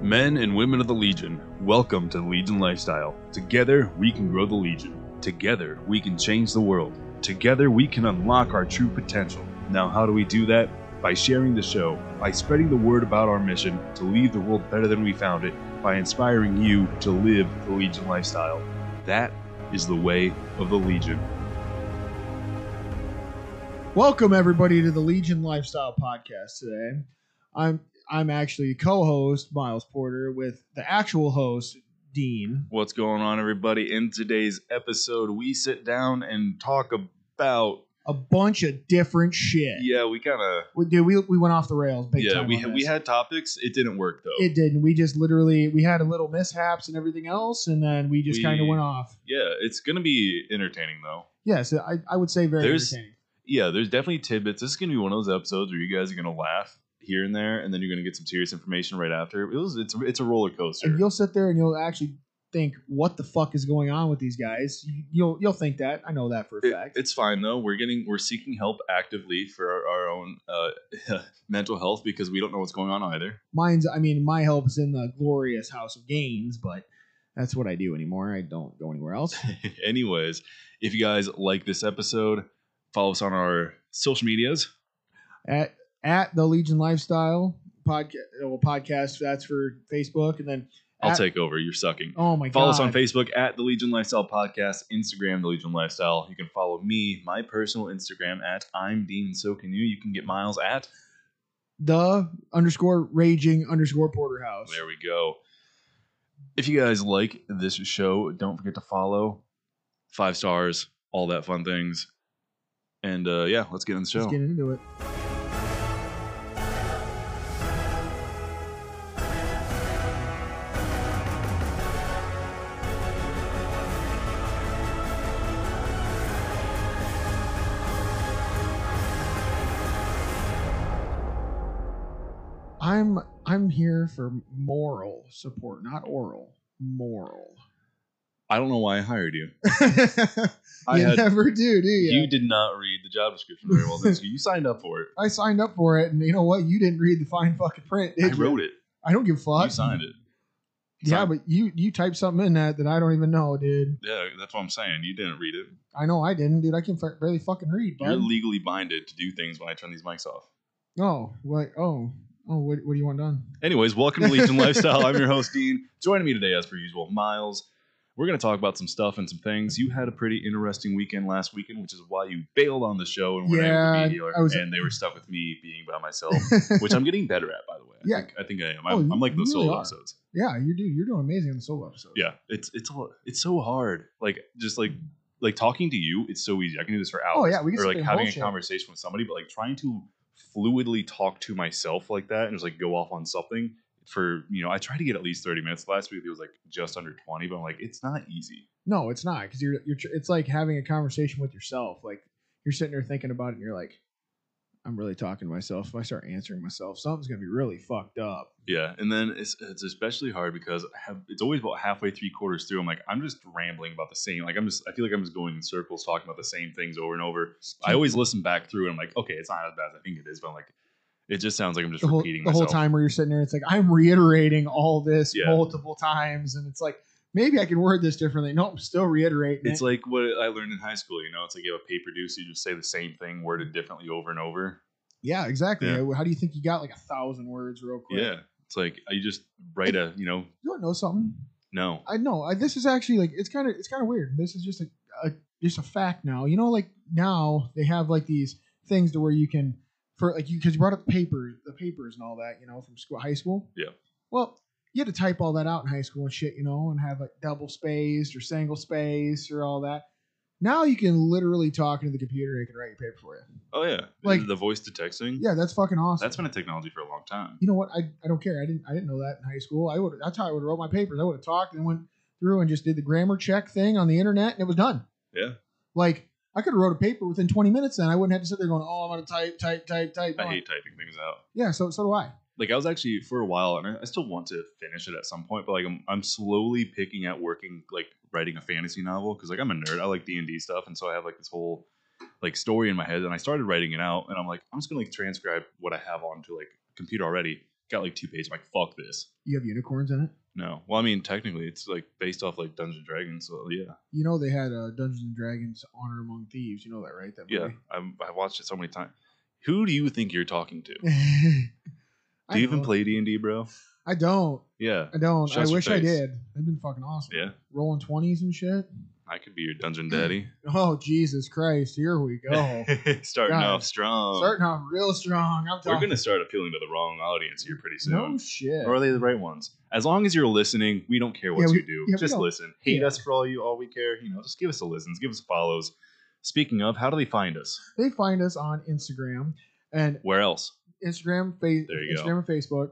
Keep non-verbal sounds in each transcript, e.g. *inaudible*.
Men and women of the Legion, welcome to the Legion Lifestyle. Together, we can grow the Legion. Together, we can change the world. Together, we can unlock our true potential. Now, how do we do that? By sharing the show, by spreading the word about our mission to leave the world better than we found it, by inspiring you to live the Legion lifestyle. That is the way of the Legion. Welcome everybody to the Legion Lifestyle Podcast today. I'm I'm actually co-host Miles Porter with the actual host Dean. What's going on, everybody? In today's episode, we sit down and talk about. A bunch of different shit. Yeah, we kind of. We, dude, we, we went off the rails big Yeah, time. we, on we this. had topics. It didn't work, though. it didn't. We just literally we had a little mishaps and everything else, and then we just We- kind of went off. yeah, it's going to be entertaining, though. Yeah, so I, I would say very There's- entertaining. Yeah, there's definitely tidbits. This is going to be one of those episodes where you guys are going to laugh here and there, and then you're going to get some serious information right after. It was It's, it's a roller coaster. And you'll sit there and you'll actually think, what the fuck is going on with these guys? You- You'll you'll think that. I know that for a It- fact. it's fine though. We're getting we're seeking help actively for our, our own uh, *laughs* mental health because we don't know what's going on either. *laughs* mine's i mean my help's in the glorious house of gains but that's what i do anymore i don't go anywhere else Anyways, if you guys like this episode, follow us on our social medias. at at the legion lifestyle podcast well, podcast that's for facebook and then I'll at- take over. You're sucking. oh my Follow god us on Facebook at the Legion Lifestyle Podcast, Instagram the Legion Lifestyle. You can follow me, my personal Instagram at I'm Dean. So can you? You can get Miles at. the underscore raging underscore porterhouse There we go. If you guys like this show, don't forget to follow. Five stars, all that fun things. And uh, yeah, let's get in the show. let's get into it i'm i'm here for moral support not oral moral I don't know why I hired you. *laughs* I you had never do do you, you did not read the job description very well. did you? You signed up for it. i signed up for it and you know what you didn't read the fine fucking print did I you? wrote it. I don't give a fuck. You signed it. Yeah, Signed- but you you typed something in that that I don't even know, dude. Yeah, that's what I'm saying. You didn't read it. I know I didn't, dude. I can fu- barely fucking read, You're bud. legally binded to do things when I turn these mics off. oh, what? Oh, oh, what, what do you want done? Anyways, welcome to *laughs* Legion Lifestyle. I'm your host, Dean. Joining me today, as per usual, Miles. We're going to talk about some stuff and some things. You had a pretty interesting weekend last weekend, which is why you bailed on the show and weren't able Yeah, to be here. I was- and they were stuck with me being by *laughs* myself, which I'm getting better at, by the way. I Yeah. think, I, think I am. Oh, I'm, you- I'm like you those really solo are. episodes. yeah, you do. You're doing amazing on the solo episode. Yeah, it's it's all, it's so hard. Like just like like talking to you, it's so easy. I can do this for hours. Oh, yeah, we can or sit like there and having bullshit. a conversation with somebody, but like trying to fluidly talk to myself like that and just like go off on something for you know, I try to get at least thirty minutes. Last week it was like just under twenty, but I'm like, it's not easy. No, it's not because you're you're. tr- It's like having a conversation with yourself. Like you're sitting there thinking about it, and you're like, I'm really talking to myself. If I start answering myself, something's gonna be really fucked up. Yeah, and then it's it's especially hard because I have, it's always about halfway, three quarters through. I'm like, I'm just rambling about the same. Like I'm just, I feel like I'm just going in circles talking about the same things over and over. I always listen back through and I'm like, okay, it's not as bad as I think it is, but I'm like, it just sounds like I'm just the whole, repeating the whole myself. time where you're sitting there, it's like I'm reiterating all this Yeah. multiple times, and it's like maybe I can word this differently. No, I'm still reiterating. It's it. like what I learned in high school. You know, it's like you have a paper due, so you just say the same thing worded differently over and over. yeah, exactly. Yeah. How do you think you got like a thousand words real quick? Yeah, it's like you just write a, you know, You don't know something? no. I know. I, this is actually like it's kind of it's kind of weird. This is just a, a just a fact now. You know, like now they have like these things to where you can for like you because you brought up the paper, the papers and all that. You know, from school, high school. Yeah. Well, you had to type all that out in high school and shit. You know, and have like double spaced or single spaced or all that. Now you can literally talk into the computer and it can write your paper for you. Oh yeah, Like- the voice to texting. Yeah, that's fucking awesome. that's been a technology for a long time. you know what? I, I don't care. I didn't I didn't know that in high school. I would that's how I would wrote my papers. I would have talked and went through and just did the grammar check thing on the internet and it was done. Yeah. Like I could have wrote a paper within 20 minutes then. I wouldn't have to sit there going, oh, I'm gonna type, type, type, type. I No. hate typing things out. Yeah, so so do I. like I was actually for a while, and I, I still want to finish it at some point. But like I'm, I'm slowly picking at working, like writing a fantasy novel because like I'm a nerd. I like D and D stuff, and so I have like this whole like story in my head. And I started writing it out, and I'm like, I'm just gonna like transcribe what I have onto like computer already. got like two pages. I'm like, fuck this. You have unicorns in it. No. Well, I mean, technically, it's like based off like Dungeons and Dragons. So yeah, You know they had uh, Dungeons and Dragons: Honor Among Thieves. You know that, right? That yeah. I'm, I watched it so many times. Who do you think you're talking to? Do movie. *laughs* I you even know. play D and D, bro? I don't. Yeah. I don't. Shut I your wish I face. did. That'd been fucking awesome. Yeah. Rolling twenties and shit. I could be your dungeon *clears throat* daddy. Oh Jesus Christ! Here we *laughs* go. Starting Oh, God. off strong. Starting off real strong. I'm Um, We're talking. gonna start appealing to the wrong audience here pretty soon. no shit. Or are they the right ones? As long as you're listening, we don't care what Yeah, we- you do. yeah, we just don't- listen. Hate yeah. us for all you all we care. You know, just give us a listens, give us a follows. Speaking of, how do they find us? They find us on Instagram and Where else? Instagram, fa- There you go. Instagram and Facebook,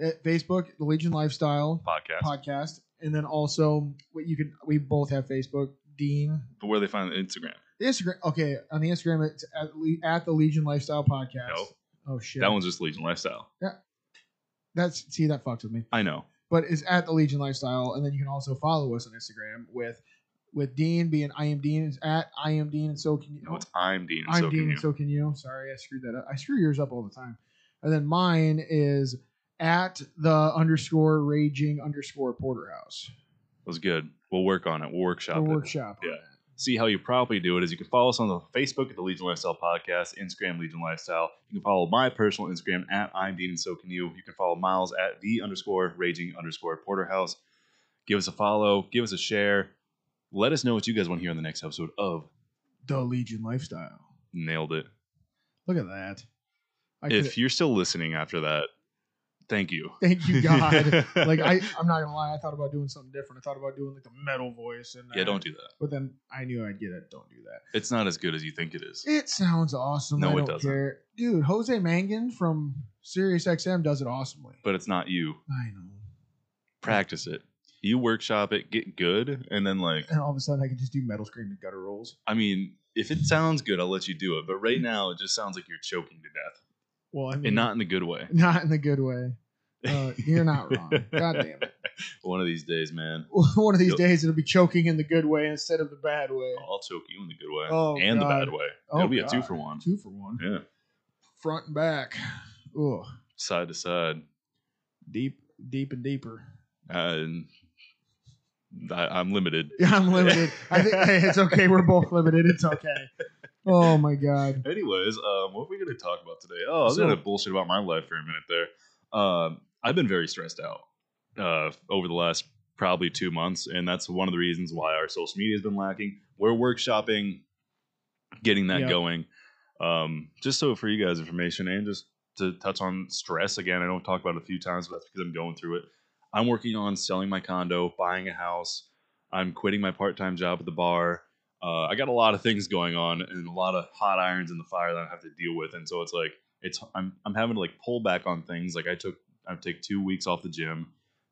At Facebook, the Legion Lifestyle Podcast. podcast, and then also what you can. We both have Facebook. Dean, but where they find the Instagram? the Instagram. Okay, on the Instagram, it's at, Le- at the Legion Lifestyle podcast. No. Oh shit, That one's just Legion Lifestyle. that's see that fucks with me. I know. But it's at the Legion Lifestyle, and then you can also follow us on Instagram with with Dean being I am Dean is at I am Dean and so can you. No, it's I'm Dean. and I'm so Dean, can you. and so can you. Sorry, I screwed that up. I screw yours up all the time. And then mine is at the underscore raging underscore porterhouse. It was good. We'll work on it. We'll workshop The it. workshop. on Yeah. that. See how you properly do it is you can follow us on the Facebook at the Legion Lifestyle Podcast, Instagram Legion Lifestyle. You can follow my personal Instagram at I'm Dean and so can you. You can follow Miles at the underscore raging underscore porterhouse. Give us a follow, give us a share. Let us know what you guys want to hear in the next episode of The Legion lifestyle. Nailed It. Look at that. I if could, you're still listening after that, thank you. *laughs* thank *laughs* you, God. like I, I'm not gonna lie. I thought about doing something different. I thought about doing like the metal voice and Yeah, I- don't do that. But then I knew I'd get it. Don't do that. It's not as good as you think it is. It sounds awesome. No, I it don't doesn't. care, dude. Jose Mangan from SiriusXM does it awesomely. But it's not you. I know. Practice it. You workshop it, get good, and then like and all of a sudden I can just do metal scream and gutter rolls. I mean, if it sounds good, I'll let you do it. But right now, it just sounds like you're choking to death, Well, I mean, and not in a good way. *laughs* not in the good way. Uh, you're not *laughs* wrong. God damn it. *laughs* One of these days, man, One of these You'll- days it'll be choking in the good way instead of the bad way. I'll choke you in the good way Oh, and God. the bad way. Oh, It'll be a God. two for one, Two for one. Yeah. Front and back. Ugh. side to side. Deep, deep and *laughs* deeper. *laughs* And I, I'm limited. Yeah, I'm limited. I think hey, it's okay. We're both limited. It's okay. Oh my god. Anyways, um, what are we gonna talk about today? Oh, I was So- gonna bullshit about my life for a minute there. Um, I've been very stressed out uh, over the last probably two months, and that's one of the reasons why our social media has been lacking. We're workshopping, getting that Yeah. going. Um, just so for you guys' information, and just to touch on stress again, I know I've talked about it a few times, but that's because I'm going through it. I'm working on selling my condo, buying a house. I'm quitting my part-time job at the bar. Uh, I got a lot of things going on and a lot of hot irons in the fire that I have to deal with, and so it's like it's I'm I'm having to like pull back on things. Like I took I take two weeks off the gym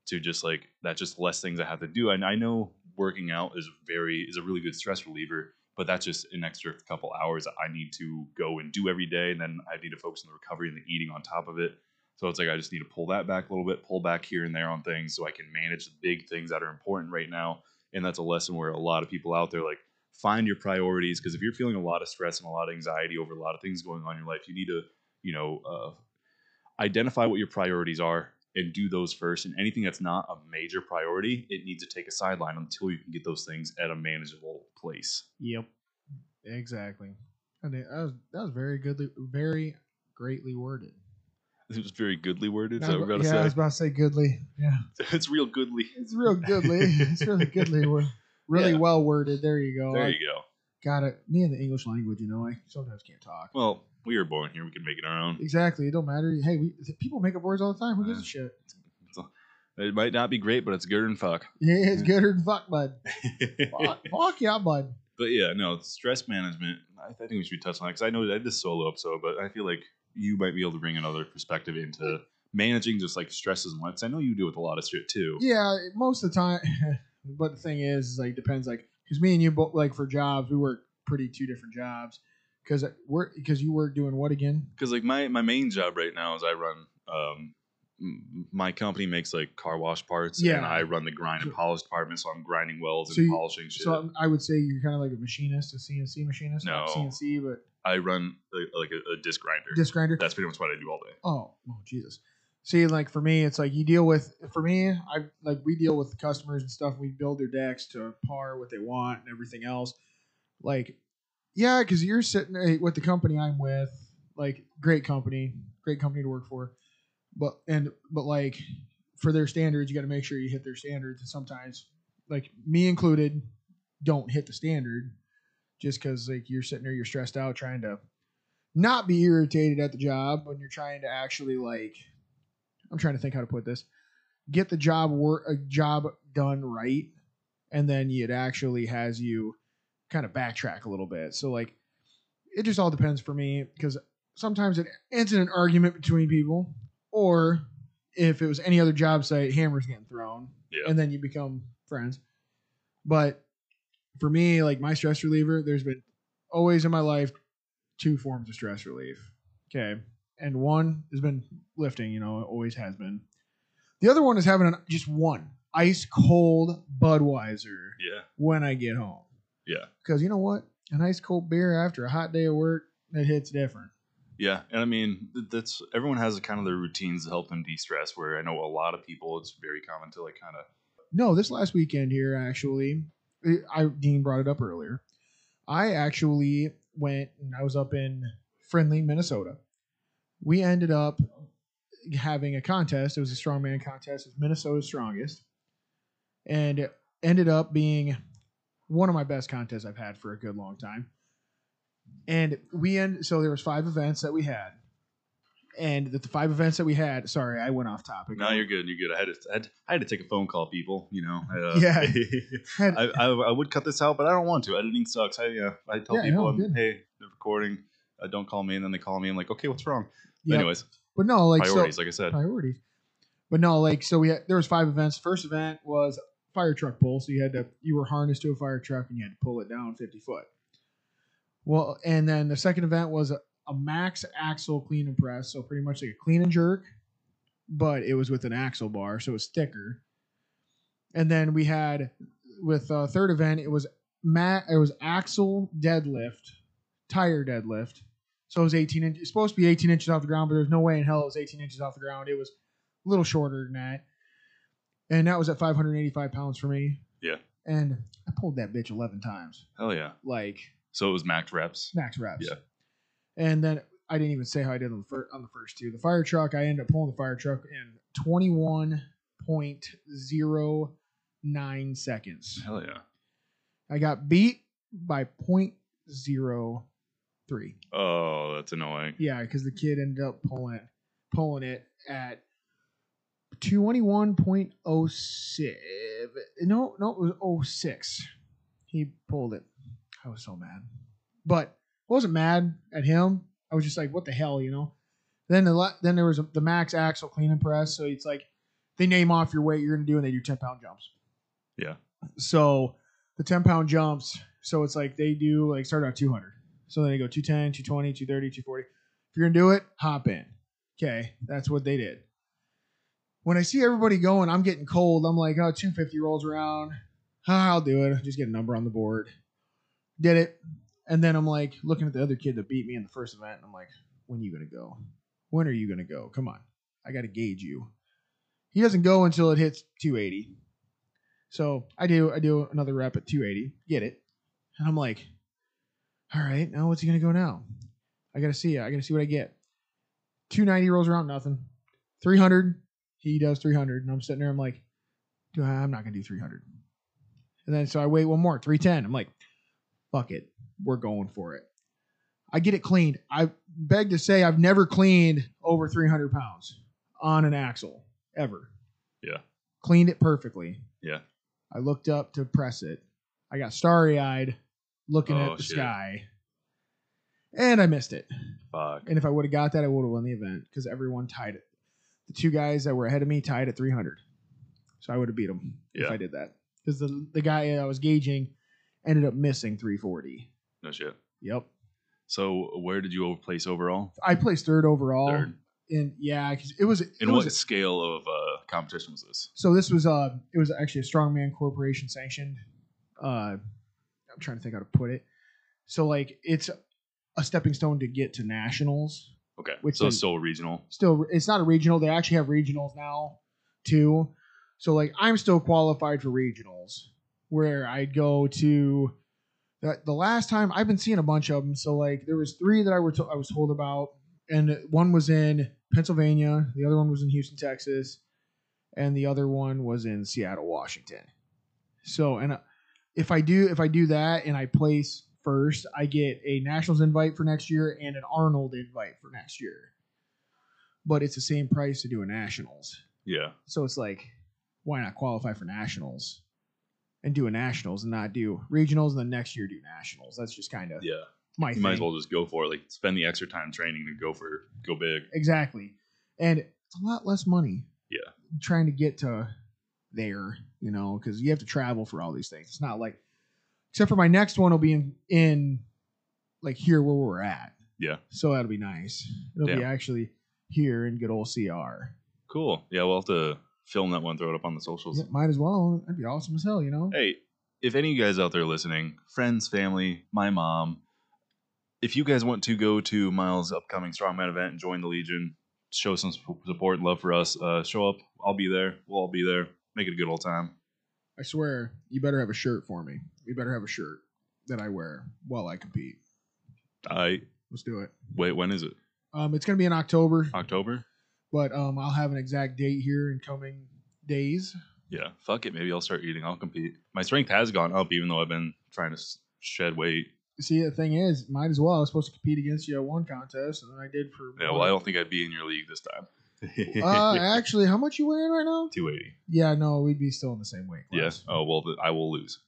to just like that's just less things I have to do. And I know working out is very is a really good stress reliever, but that's just an extra couple hours that I need to go and do every day, and then I need to focus on the recovery and the eating on top of it. So it's like I just need to pull that back a little bit, pull back here and there on things so I can manage the big things that are important right now. And that's a lesson where a lot of people out there like find your priorities because if you're feeling a lot of stress and a lot of anxiety over a lot of things going on in your life, you need to, you know, uh, identify what your priorities are and do those first. And anything that's not a major priority, it needs to take a sideline until you can get those things at a manageable place. Yep. Exactly. I think that was that was very good, very greatly worded. It was very goodly worded. Is I that was what about- I'm yeah, I to was say? about to say goodly. Yeah. *laughs* it's real goodly. It's real goodly. *laughs* It's really goodly. wor- Really Yeah. well worded. There you go. There I you go. got it. Me and the English language, you know, I sometimes can't talk. Well, we were born here. We can make it our own. exactly. It don't matter. Hey, we people make up words all the time. Who gives a shit? It might not be great, but it's good and fuck. *laughs* Yeah, it's good or fuck, bud. but Fuck, fuck yeah, bud. yeah, no, stress management. I, I think we should be touching on because I know I did this solo episode, but I feel like you might be able to bring another perspective into managing just like stresses and life. 'Cause I know you deal with a lot of shit too. Yeah, most of the time. *laughs* but the thing is, is like depends. Like, because me and you both like for jobs, we work pretty two different jobs. Because we're because you were doing what again? because like my my main job right now is I run um m- my company makes like car wash parts and Yeah. I run the grind and polish department so I'm grinding welds and So you- polishing shit. So I'm- I would say you're kind of like a machinist, a CNC machinist, not No. CNC, but I run like, like a, a disc grinder. disc grinder. That's pretty much what I do all day. Oh, oh Jesus. See, like for me, it's like you deal with. For me, I like we deal with customers and stuff. We build their decks to par what they want and everything else. Like, yeah, because you're sitting eh, with the company I'm with. Like, great company, great company to work for. But and but like for their standards, you got to make sure you hit their standards. And sometimes, like me included, don't hit the standard just because like you're sitting there, you're stressed out trying to not be irritated at the job when you're trying to actually like I'm trying to think how to put this. Get the job work a job done right, and then it actually has you kind of backtrack a little bit. So like, it just all depends for me because sometimes it ends in an argument between people, or if it was any other job site, hammers getting thrown, Yeah. and then you become friends. But for me, like my stress reliever, there's been always in my life two forms of stress relief. Okay. And one has been lifting, you know, it always has been. The other one is having an, just one ice cold Budweiser Yeah. when I get home. Yeah. Because you know what? An ice cold beer after a hot day of work, it hits different. Yeah, and I mean th- that's everyone has kind of their routines to help them de-stress. Where I know a lot of people, it's very common to like kind of No, this last weekend here, actually, I Dean brought it up earlier. I actually went and I was up in Friendly, Minnesota. We ended up having a contest. It was a strongman contest. It was Minnesota's strongest, and it ended up being one of my best contests I've had for a good long time. And we end so there was five events that we had, and the five events that we had. Sorry, I went off topic. No, you're good. You're good. I had to, I had, I had to take a phone call, people. You know. I, uh, *laughs* Yeah. Had- I, I, I would cut this out, but I don't want to. Editing sucks. I yeah. I tell Yeah, people, no, I'm, good. hey, the recording. Uh, don't call me, and then they call me. I'm like, okay, what's wrong? Yep. Anyways, but no, like so, priorities. like I said. priorities. But no, like so we had, there was five events. First event was fire truck pull, so you had to you were harnessed to a fire truck and you had to pull it down fifty foot. Well, and then the second event was a, a max axle clean and press, so pretty much like a clean and jerk, but it was with an axle bar, so it's thicker. And then we had with uh, third event it was mat it was axle deadlift, tire deadlift, so it was 18 inches. It's supposed to be 18 inches off the ground, but there's no way in hell it was 18 inches off the ground. It was a little shorter than that. And that was at 585 pounds for me. Yeah. And I pulled that bitch 11 times, Hell yeah. like So it was max reps. max reps. Yeah. And then I didn't even say how I did on the, fir- on the first two. The fire truck, I ended up pulling the fire truck in 21.09 seconds. Hell yeah. I got beat by 0.03. Oh, that's annoying. Yeah, because the kid ended up pulling pulling it at twenty one point oh seven. No, no, it was oh six. He pulled it. I was so mad, but I wasn't mad at him. I was just like, "What the hell," you know. Then the la- then there was the max axle clean and press. So it's like they name off your weight you're gonna do, and they do ten pound jumps. Yeah. So the ten pound jumps. So it's like they do like start out two hundred. So then they go 210, 220, 230, 240. If you're going to do it, hop in. Okay. That's what they did. When I see everybody going, I'm getting cold. I'm like, oh, 250 rolls around. Ah, I'll do it. Just get a number on the board. Did it. And then I'm like looking at the other kid that beat me in the first event. And I'm like, when you going to go? When are you going to go? Come on. I got to gauge you. He doesn't go until it hits 280. So I do, I do another rep at 280. Get it. And I'm like, all right, now what's he gonna go now? I gotta see. I gotta see what I get. Two ninety rolls around, nothing. Three hundred, he does three hundred, and I'm sitting there. I'm like, dude, I'm not gonna do three hundred. And then so I wait one more, three ten. I'm like, fuck it, we're going for it. I get it cleaned. I beg to say I've never cleaned over three hundred pounds on an axle ever. Yeah. cleaned it perfectly. Yeah. I looked up to press it. I got starry eyed looking Oh, at the shit. sky. And I missed it. Fuck. And if I would have got that, I would have won the event because everyone tied it. The two guys that were ahead of me tied at 300. So I would have beat them if Yeah. I did that. Because the, the guy I was gauging ended up missing 340. No shit. Yep. So where did you over- place overall? I placed third overall. Third. And yeah, 'cause it was. it In was what scale of uh, competition was this? So this was uh it was actually a strongman corporation sanctioned. Uh I'm trying to think how to put it. So like it's a stepping stone to get to nationals. Okay. Which so then- it's still regional. Still, it's not a regional. They actually have regionals now, too. So like, I'm still qualified for regionals, where I'd go to. The, the last time I've been seeing a bunch of them. So like, there was three that I were to, I was told about, and one was in Pennsylvania, the other one was in Houston, Texas, and the other one was in Seattle, Washington. So and uh, if I do if I do that and I place first, I get a Nationals invite for next year and an Arnold invite for next year. But it's the same price to do a Nationals. Yeah. So it's like, why not qualify for nationals and do a nationals and not do regionals and then next year do nationals? That's just kind of Yeah. my You thing. might as well just go for it. Like spend the extra time training to go for go big. Exactly. And it's a lot less money. Yeah. Trying to get to there, you know, because you have to travel for all these things. It's not like, except for my next one will be in, in like here where we're at. Yeah. So that'll be nice. It'll be Yeah. actually here in good old CR. Cool. Yeah, we'll have to film that one, throw it up on the socials. Yeah, might as well. That'd be awesome as hell, you know? Hey, if any of you guys out there listening, friends, family, my mom, if you guys want to go to Miles' upcoming strongman event and join the Legion, show some su- support and love for us, uh, show up. I'll be there. We'll all be there. Make it a good old time. I swear, you better have a shirt for me. You better have a shirt that I wear while I compete. I Let's do it. wait. When is it? Um, it's gonna be in October, October? but um, I'll have an exact date here in coming days. Yeah. Fuck it. Maybe I'll start eating. I'll compete. My strength has gone up, even though I've been trying to s- shed weight. See, the thing is, might as well. I was supposed to compete against you at one contest, and then I did for. Yeah. Well, I don't think I'd be in your league this time. *laughs* *laughs* uh, actually, how much you weighing right now? 280. Yeah, no, we'd be still in the same weight Yeah. class. Oh well, th- I will lose.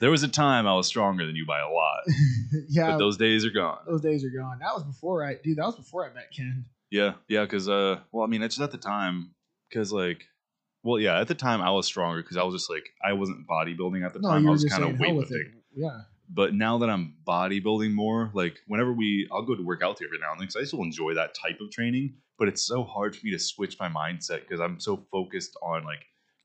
There was a time I was stronger than you by a lot, *laughs* *laughs* yeah, but those-, those days are gone. days are gone. That was before I, dude. That was before I met Ken. Yeah, yeah, because uh, well, I mean, it's just at the time, because like, well, yeah, at the time I was stronger because I was just like I wasn't bodybuilding at the No, time. you I were was just kind of saying hell with it. weightlifting. Yeah, But now that I'm bodybuilding more, like whenever we, I'll go to work out every now and then because I still enjoy that type of training. But it's so hard for me to switch my mindset because I'm so focused on like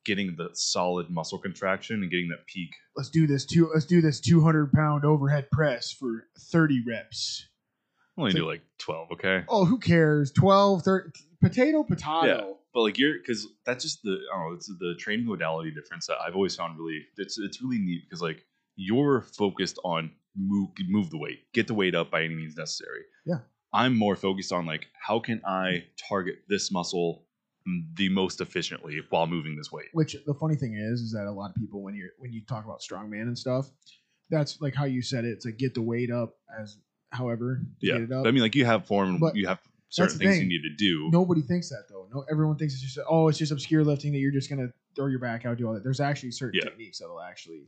getting the solid muscle contraction and getting that peak. let's do this two let's do this 200 pound overhead press for 30 reps I only It's do like twelve, okay? oh who cares 12 30 potato potato but like you're because that's just the I don't know it's the training modality difference that I've always found really it's it's really neat because like you're focused on move move the weight get the weight up by any means necessary Yeah. I'm more focused on like how can I target this muscle the most efficiently while moving this weight which the funny thing is is that a lot of people when you're when you talk about strongman and stuff that's like how you said it it's like get the weight up as however to yeah get it up I mean like you have form But you have the certain things thing. you need to do nobody thinks that though no everyone thinks it's just oh it's just obscure lifting that you're just gonna throw your back out do all that there's actually certain Yeah. techniques that'll actually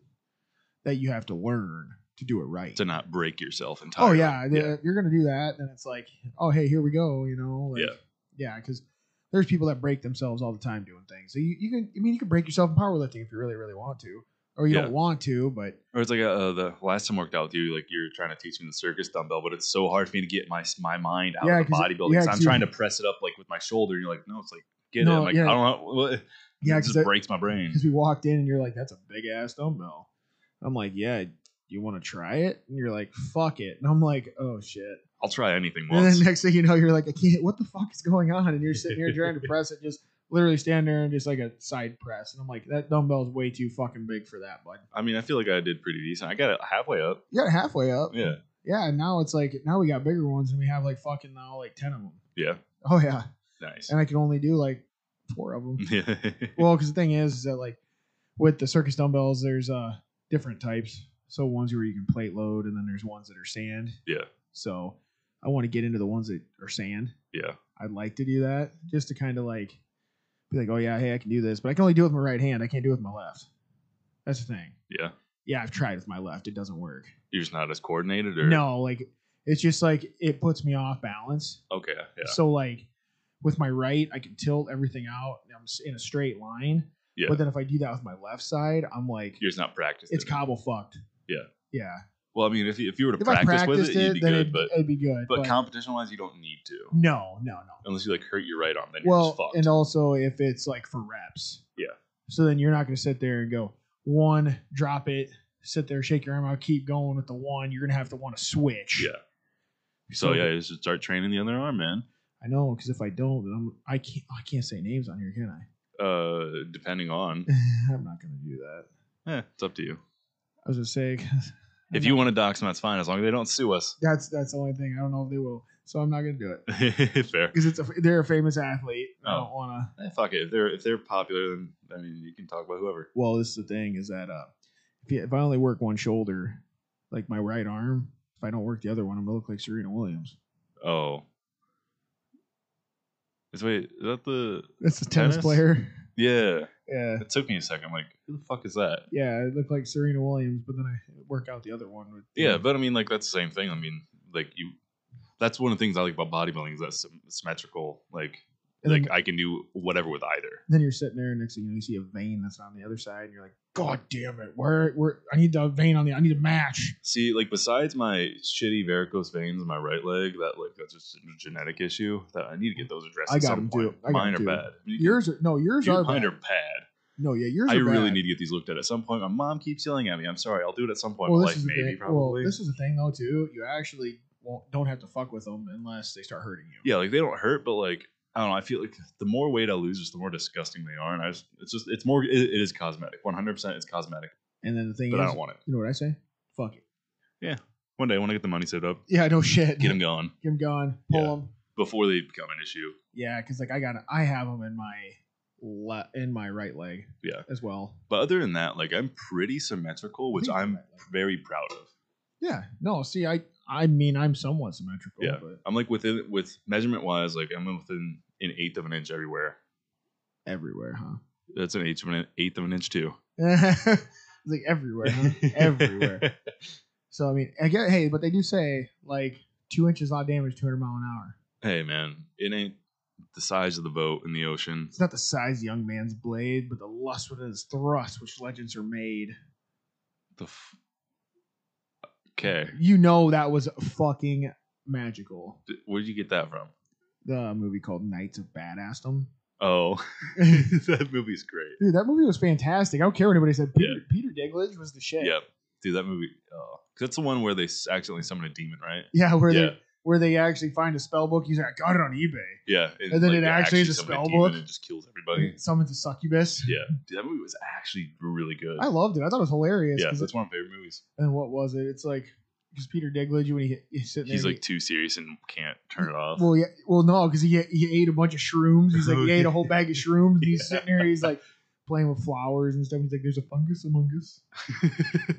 that you have to learn to do it right to not break yourself Oh entirely yeah, th- if you're gonna do that, then it's like, oh hey, here we go, you know, like, Yeah. yeah, because there's people that break themselves all the time doing things. So you, you can, I mean, you can break yourself in powerlifting if you really, really want to, or you Yeah. don't want to, but *clears throat* Or it's like uh, the last time I worked out with you, like you're trying to teach me the circus dumbbell, but it's so hard for me to get my my mind out Yeah, of the 'cause- bodybuilding. yeah, 'cause 'cause I'm you- trying to press it up like with my shoulder. And you're like, no, it's like get it. No, I'm like, yeah. I don't know. What? yeah, it just because breaks my *laughs* brain. we walked in and you're like, that's a big ass dumbbell. I'm like, yeah, you want to try it? And you're like, fuck it, and I'm like, oh shit. I'll try anything And once. then next thing you know, you're like, I can't. What the fuck is going on? And you're sitting here trying *laughs* to press it, just literally stand there and just like a side press, and I'm like, that dumbbell's way too fucking big for that, bud. I mean, I feel like I did pretty decent. I got it halfway up. You got halfway up. Yeah, Yeah, and now it's like now we got bigger ones and we have like fucking now like ten of them. yeah, Oh yeah, nice. and I can only do like four of them. *laughs* Mm-hmm. well, because the thing is, is that like with the circus dumbbells, there's uh different types. So ones where you can plate load, and then there's ones that are sand. Yeah. So I want to get into the ones that are sand. yeah, I'd like to do that just to kind of like be like, oh yeah, hey, I can do this, but I can only do it with my right hand. I can't do it with my left. That's the thing. yeah. Yeah, I've tried with my left. It doesn't work. You're just not as coordinated, or No, like it's just like it puts me off balance. Okay, yeah, So like with my right, I can tilt everything out. and I'm s- in a straight line. Yeah. But then if I do that with my left side, I'm like you're just not practicing. it's cobble fucked. Yeah. Yeah. well, I mean, if you, if you were to If practice I practiced with it, it, you'd be then good. it'd, but it'd be good. but competition wise, you don't need to no, no, no. unless you like hurt your right arm. Then you're just Well, fucked. and also if it's like for reps. Yeah. So then you're not going to sit there and go one, drop it, sit there, shake your arm out, keep going with the one. You're going to have to want to switch. yeah. So yeah, you should start training the other arm, man. I know because if I don't, then I'm I can't I can't say names on here, can I? *laughs* Uh, depending *laughs* on, I'm not gonna do that. eh, it's up to you. I was gonna say 'cause *laughs* If you want to dox them, that's fine. As long as they don't sue us. that's that's the only thing I don't know if they will, so I'm not gonna do it *laughs* Fair. because it's a, they're a famous athlete. I Oh. don't want to. Eh, fuck it. If they're if they're popular, then I mean you can talk about whoever. Well, this is the thing is that uh, if you, if I only work one shoulder, like my right arm, if I don't work the other one, I'm gonna look like Serena Williams. Oh. Is wait, is that the That's a tennis tennis, Tennis? player. *laughs* Yeah. Yeah, It took me a second. I'm like, who the fuck is that? yeah, I look like Serena Williams, but then I work out the other one. With, Yeah, but I mean like that's the same thing. I mean, like you that's one of the things I like about bodybuilding is that sym- symmetrical, like And then- like I can do whatever with either. then you're sitting there, and next thing you know, you see a vein that's on the other side, and you're like, God damn it, where, where? I need the vein on the, I need a match. See, like besides my shitty varicose veins in my right leg, that like that's just a genetic issue that I need to get those addressed. I at got some 'em, point. too. I got Mine 'em, are too. bad. You- Yours are no, yours you- are mine bad. are bad. no, yeah, yours. I are really bad. need to get these looked at at some point. My mom keeps yelling at me. I'm sorry. I'll do it at some point. Well, in my this life, is the maybe, thing. probably. Well, this is the thing though too. You actually won't, don't have to fuck with them unless they start hurting you. yeah, like they don't hurt, but like I don't know. I feel like the more weight I lose, just the more disgusting they are, and I just it's just it's more it, it is cosmetic. 100 percent it's cosmetic, And then the thing but I is, don't want it. you know what I say? Fuck *laughs* it. One day when I get the money saved up, Yeah, no shit. *laughs* get them gone Get 'em gone. Pull Yeah. them. before they become an issue. Yeah, because like I got, I have them in my le- in my right leg. Yeah. as well. But other than that, like I'm pretty symmetrical, which think you're I'm right, like- very proud of. Yeah. No. See, I I mean I'm somewhat symmetrical. Yeah. But I'm like within with measurement wise, like I'm within an eighth of an inch everywhere. everywhere, huh? That's an eighth of an eighth of an inch too. it's *laughs* like everywhere, huh? *laughs* everywhere. So I mean, I get hey, but they do say like two inches on damage, two hundred mile an hour. hey man, it ain't the size of the boat in the ocean. It's not the size of young man's blade, but the lust within his thrust, which legends are made. The f- okay, You know that was fucking magical. D- where'd you get that from? The movie called Knights of Badassdom. Oh, *laughs* that movie's great. Dude, that movie was fantastic. I don't care what anybody said. Peter, Yeah. Peter Dinklage was the shit. Yep, dude, that movie. Oh, 'Cause that's the one where they s- accidentally summon a demon, right? Yeah, where yeah, they where they actually find a spell book. He's like, I got it on eBay. yeah. And then it they actually is a summon spell demon book? and just kills everybody. Summons a succubus. Yeah, dude, that movie was actually really good. I loved it. I thought it was hilarious. yeah, 'cause that's it- one of my favorite movies. and what was it? It's like because Peter Dinklage when he he's sitting there, He's he- like too serious and can't turn it off. Well, yeah. Well, no, because he he ate a bunch of shrooms. *laughs* He's like he ate a whole bag of shrooms. And he's sitting there. He's like playing with flowers and stuff. He's like, "There's a fungus among *laughs* us."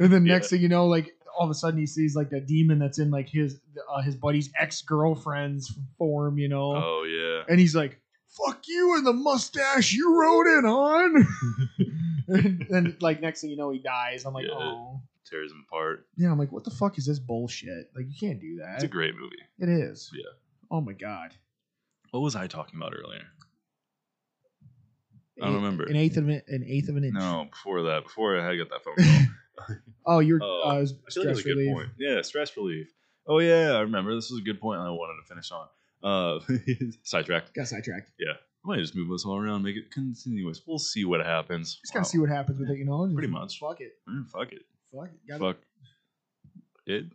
And then Yeah. next thing you know, like all of a sudden he sees like a demon that's in like his uh, his buddy's ex girlfriend's form, you know. oh yeah. And he's like, "Fuck you and the mustache you rode in on." *laughs* and then like next thing you know, he dies. I'm like, Yeah. oh. tears him apart. Yeah, I'm like, what the fuck is this bullshit? Like, you can't do that. It's a great movie. It is. Yeah. Oh my god. What was I talking about earlier? I don't An- remember. An eighth of an, an eighth of an inch. No, before that, before I got that phone call. *laughs* Oh, you're Oh, I uh, feel like stress that's a good relief. point. Yeah, stress relief. Oh yeah, I remember. This was a good point I wanted to finish on. Uh, *laughs* sidetracked. Got sidetracked. I might just move this all around, make it continuous. We'll see what happens. Just gotta see what happens with it, you know. Just Pretty much. Fuck it. Mm, fuck it. Fuck it. Gotta- Fuck it.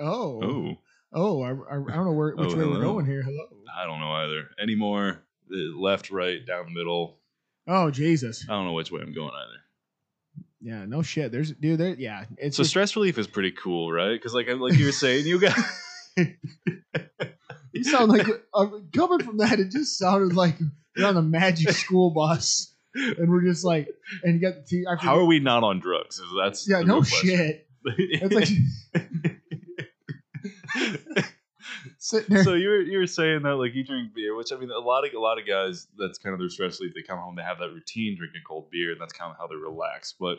Oh. Oh. Oh, I, I, I don't know where which *laughs* Oh, way hello. we're going here. Hello. I don't know either. Anymore. Uh, Left, right, down the middle. Oh Jesus. I don't know which way I'm going either. Yeah. No shit. There's dude. There. Yeah. It's So just, stress relief is pretty cool, right? Because like like you were saying, you got *laughs* you sound like uh, coming from that. It just sounded like you're on *laughs* a magic school bus, and we're just like, and you got the tea. I how forget- are we not on drugs? Is That's Yeah. the No real question. shit. It's *laughs* like sitting there. so you were you were saying that like you drink beer, which I mean a lot of a lot of guys that's kind of their stress relief. They come home, they have that routine drinking cold beer, and that's kind of how they relax. But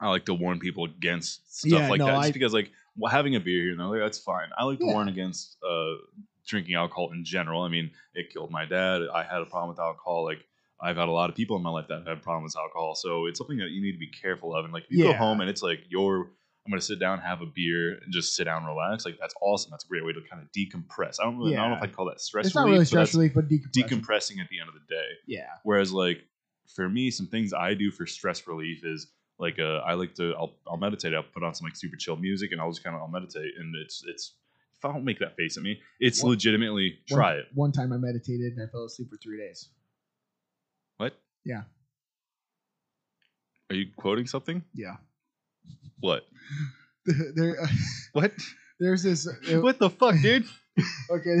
I like to warn people against stuff Yeah, like no, that, just I- because like well, having a beer here and there, that's fine. I like to Yeah. warn against uh, drinking alcohol in general. I mean, it killed my dad. I had a problem with alcohol. Like I've had a lot of people in my life that have had problems with alcohol, so it's something that you need to be careful of. And like if you go Yeah. home and it's like your I'm gonna sit down, have a beer, and just sit down, and relax. Like that's awesome. That's a great way to kind of decompress. I don't really, I don't know if Yeah. I'd call that stress it's not relief. really but stress that's relief, but decompression. decompressing at the end of the day. yeah. Whereas like for me, some things I do for stress relief is like uh, I like to I'll, I'll meditate. I'll put on some like super chill music, and I'll just kind of I'll meditate, and it's it's don't make that face at me. It's What? legitimately One- try it. One time I meditated and I fell asleep for three days. What? Yeah. Are you quoting something? Yeah. *laughs* What? there, uh, What? *laughs* there's this. uh, what the fuck, dude? Okay,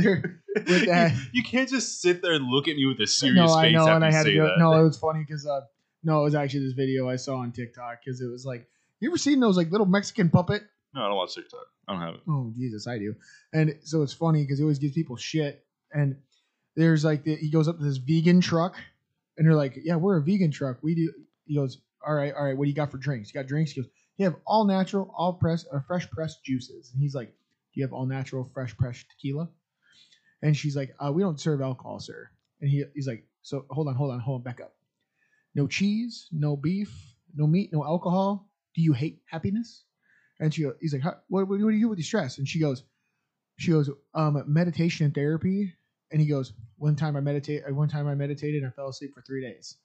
*laughs* there. With that. you, you can't just sit there and look at me with a serious no, face I know, after and I you had say to go. that. No, it was funny because uh, no, it was actually this video I saw on TikTok because it was like, you ever seen those like little Mexican puppet? No, I don't watch TikTok. I don't have it. Oh Jesus, I do. And so it's funny because he always gives people shit. And there's like the, he goes up to this vegan truck, and they're like, "Yeah, we're a vegan truck. We do." He goes, "All right, all right. What do you got for drinks? You got drinks?" He goes, "You have all natural, all press, or fresh pressed juices." And he's like, "Do you have all natural, fresh pressed tequila?" And she's like, uh, "We don't serve alcohol, sir." And he, he's like, "So hold on, hold on, hold on, back up. No cheese, no beef, no meat, no alcohol. Do you hate happiness?" And she, go- he's like, "Huh, what, what, do you do with your stress? And she goes, she goes, um, meditation and therapy. And he goes, one time I meditate, uh, one time I meditated and I fell asleep for three days.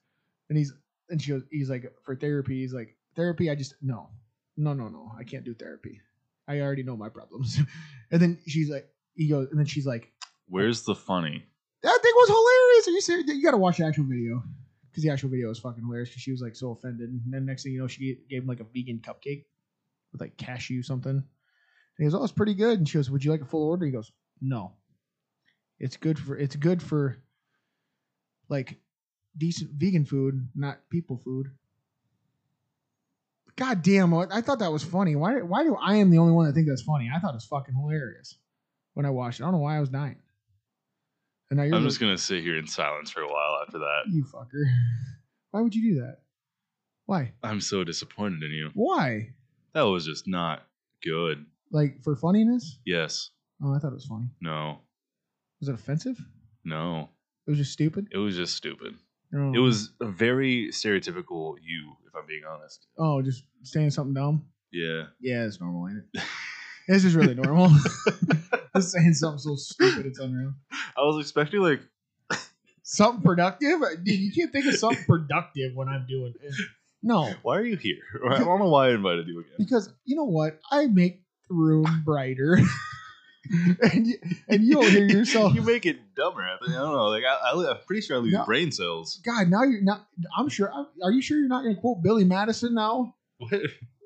And he's, and she goes, he's like, for therapy, he's like, therapy, I just, no, no, no, no, I can't do therapy. I already know my problems. *laughs* and then she's like, he goes, and then she's like, Where's the funny? that thing was hilarious. Are you serious? You got to watch the actual video because the actual video is fucking hilarious. Because she was like so offended, and then next thing you know, she gave him like a vegan cupcake with like cashew something. And he goes, "Oh, it's pretty good." And she goes, "Would you like a full order?" He goes, "No, it's good for it's good for like decent vegan food, not people food." God damn! I I thought that was funny. Why? Why do I am the only one that think that's funny? I thought it's fucking hilarious when I watched it. I don't know why I was dying. And now you're I'm the- just gonna sit here in silence for a while after that. you fucker. Why would you do that? Why? I'm so disappointed in you. Why? That was just not good. Like for funniness? Yes. Oh, I thought it was funny. No. Was it offensive? No. It was just stupid. It was just stupid. Oh. It was a very stereotypical you, if I'm being honest. Oh, just saying something dumb. Yeah. Yeah, it's normal, ain't it? *laughs* this is really *laughs* normal. just saying something so stupid, it's unreal. I was expecting like Something productive? Uh, Dude, you can't think of something productive when I'm doing it. No, why are you here? *laughs* I don't know why I invited you again. because you know what? I make the room brighter, *laughs* and you, and *laughs* you don't hear *laughs* yourself. you make it dumber. I, think, I don't know. Like I, I, am pretty sure I lose No. brain cells. *laughs* God, now you're not. I'm sure. Are you sure you're not going to quote Billy Madison now? What?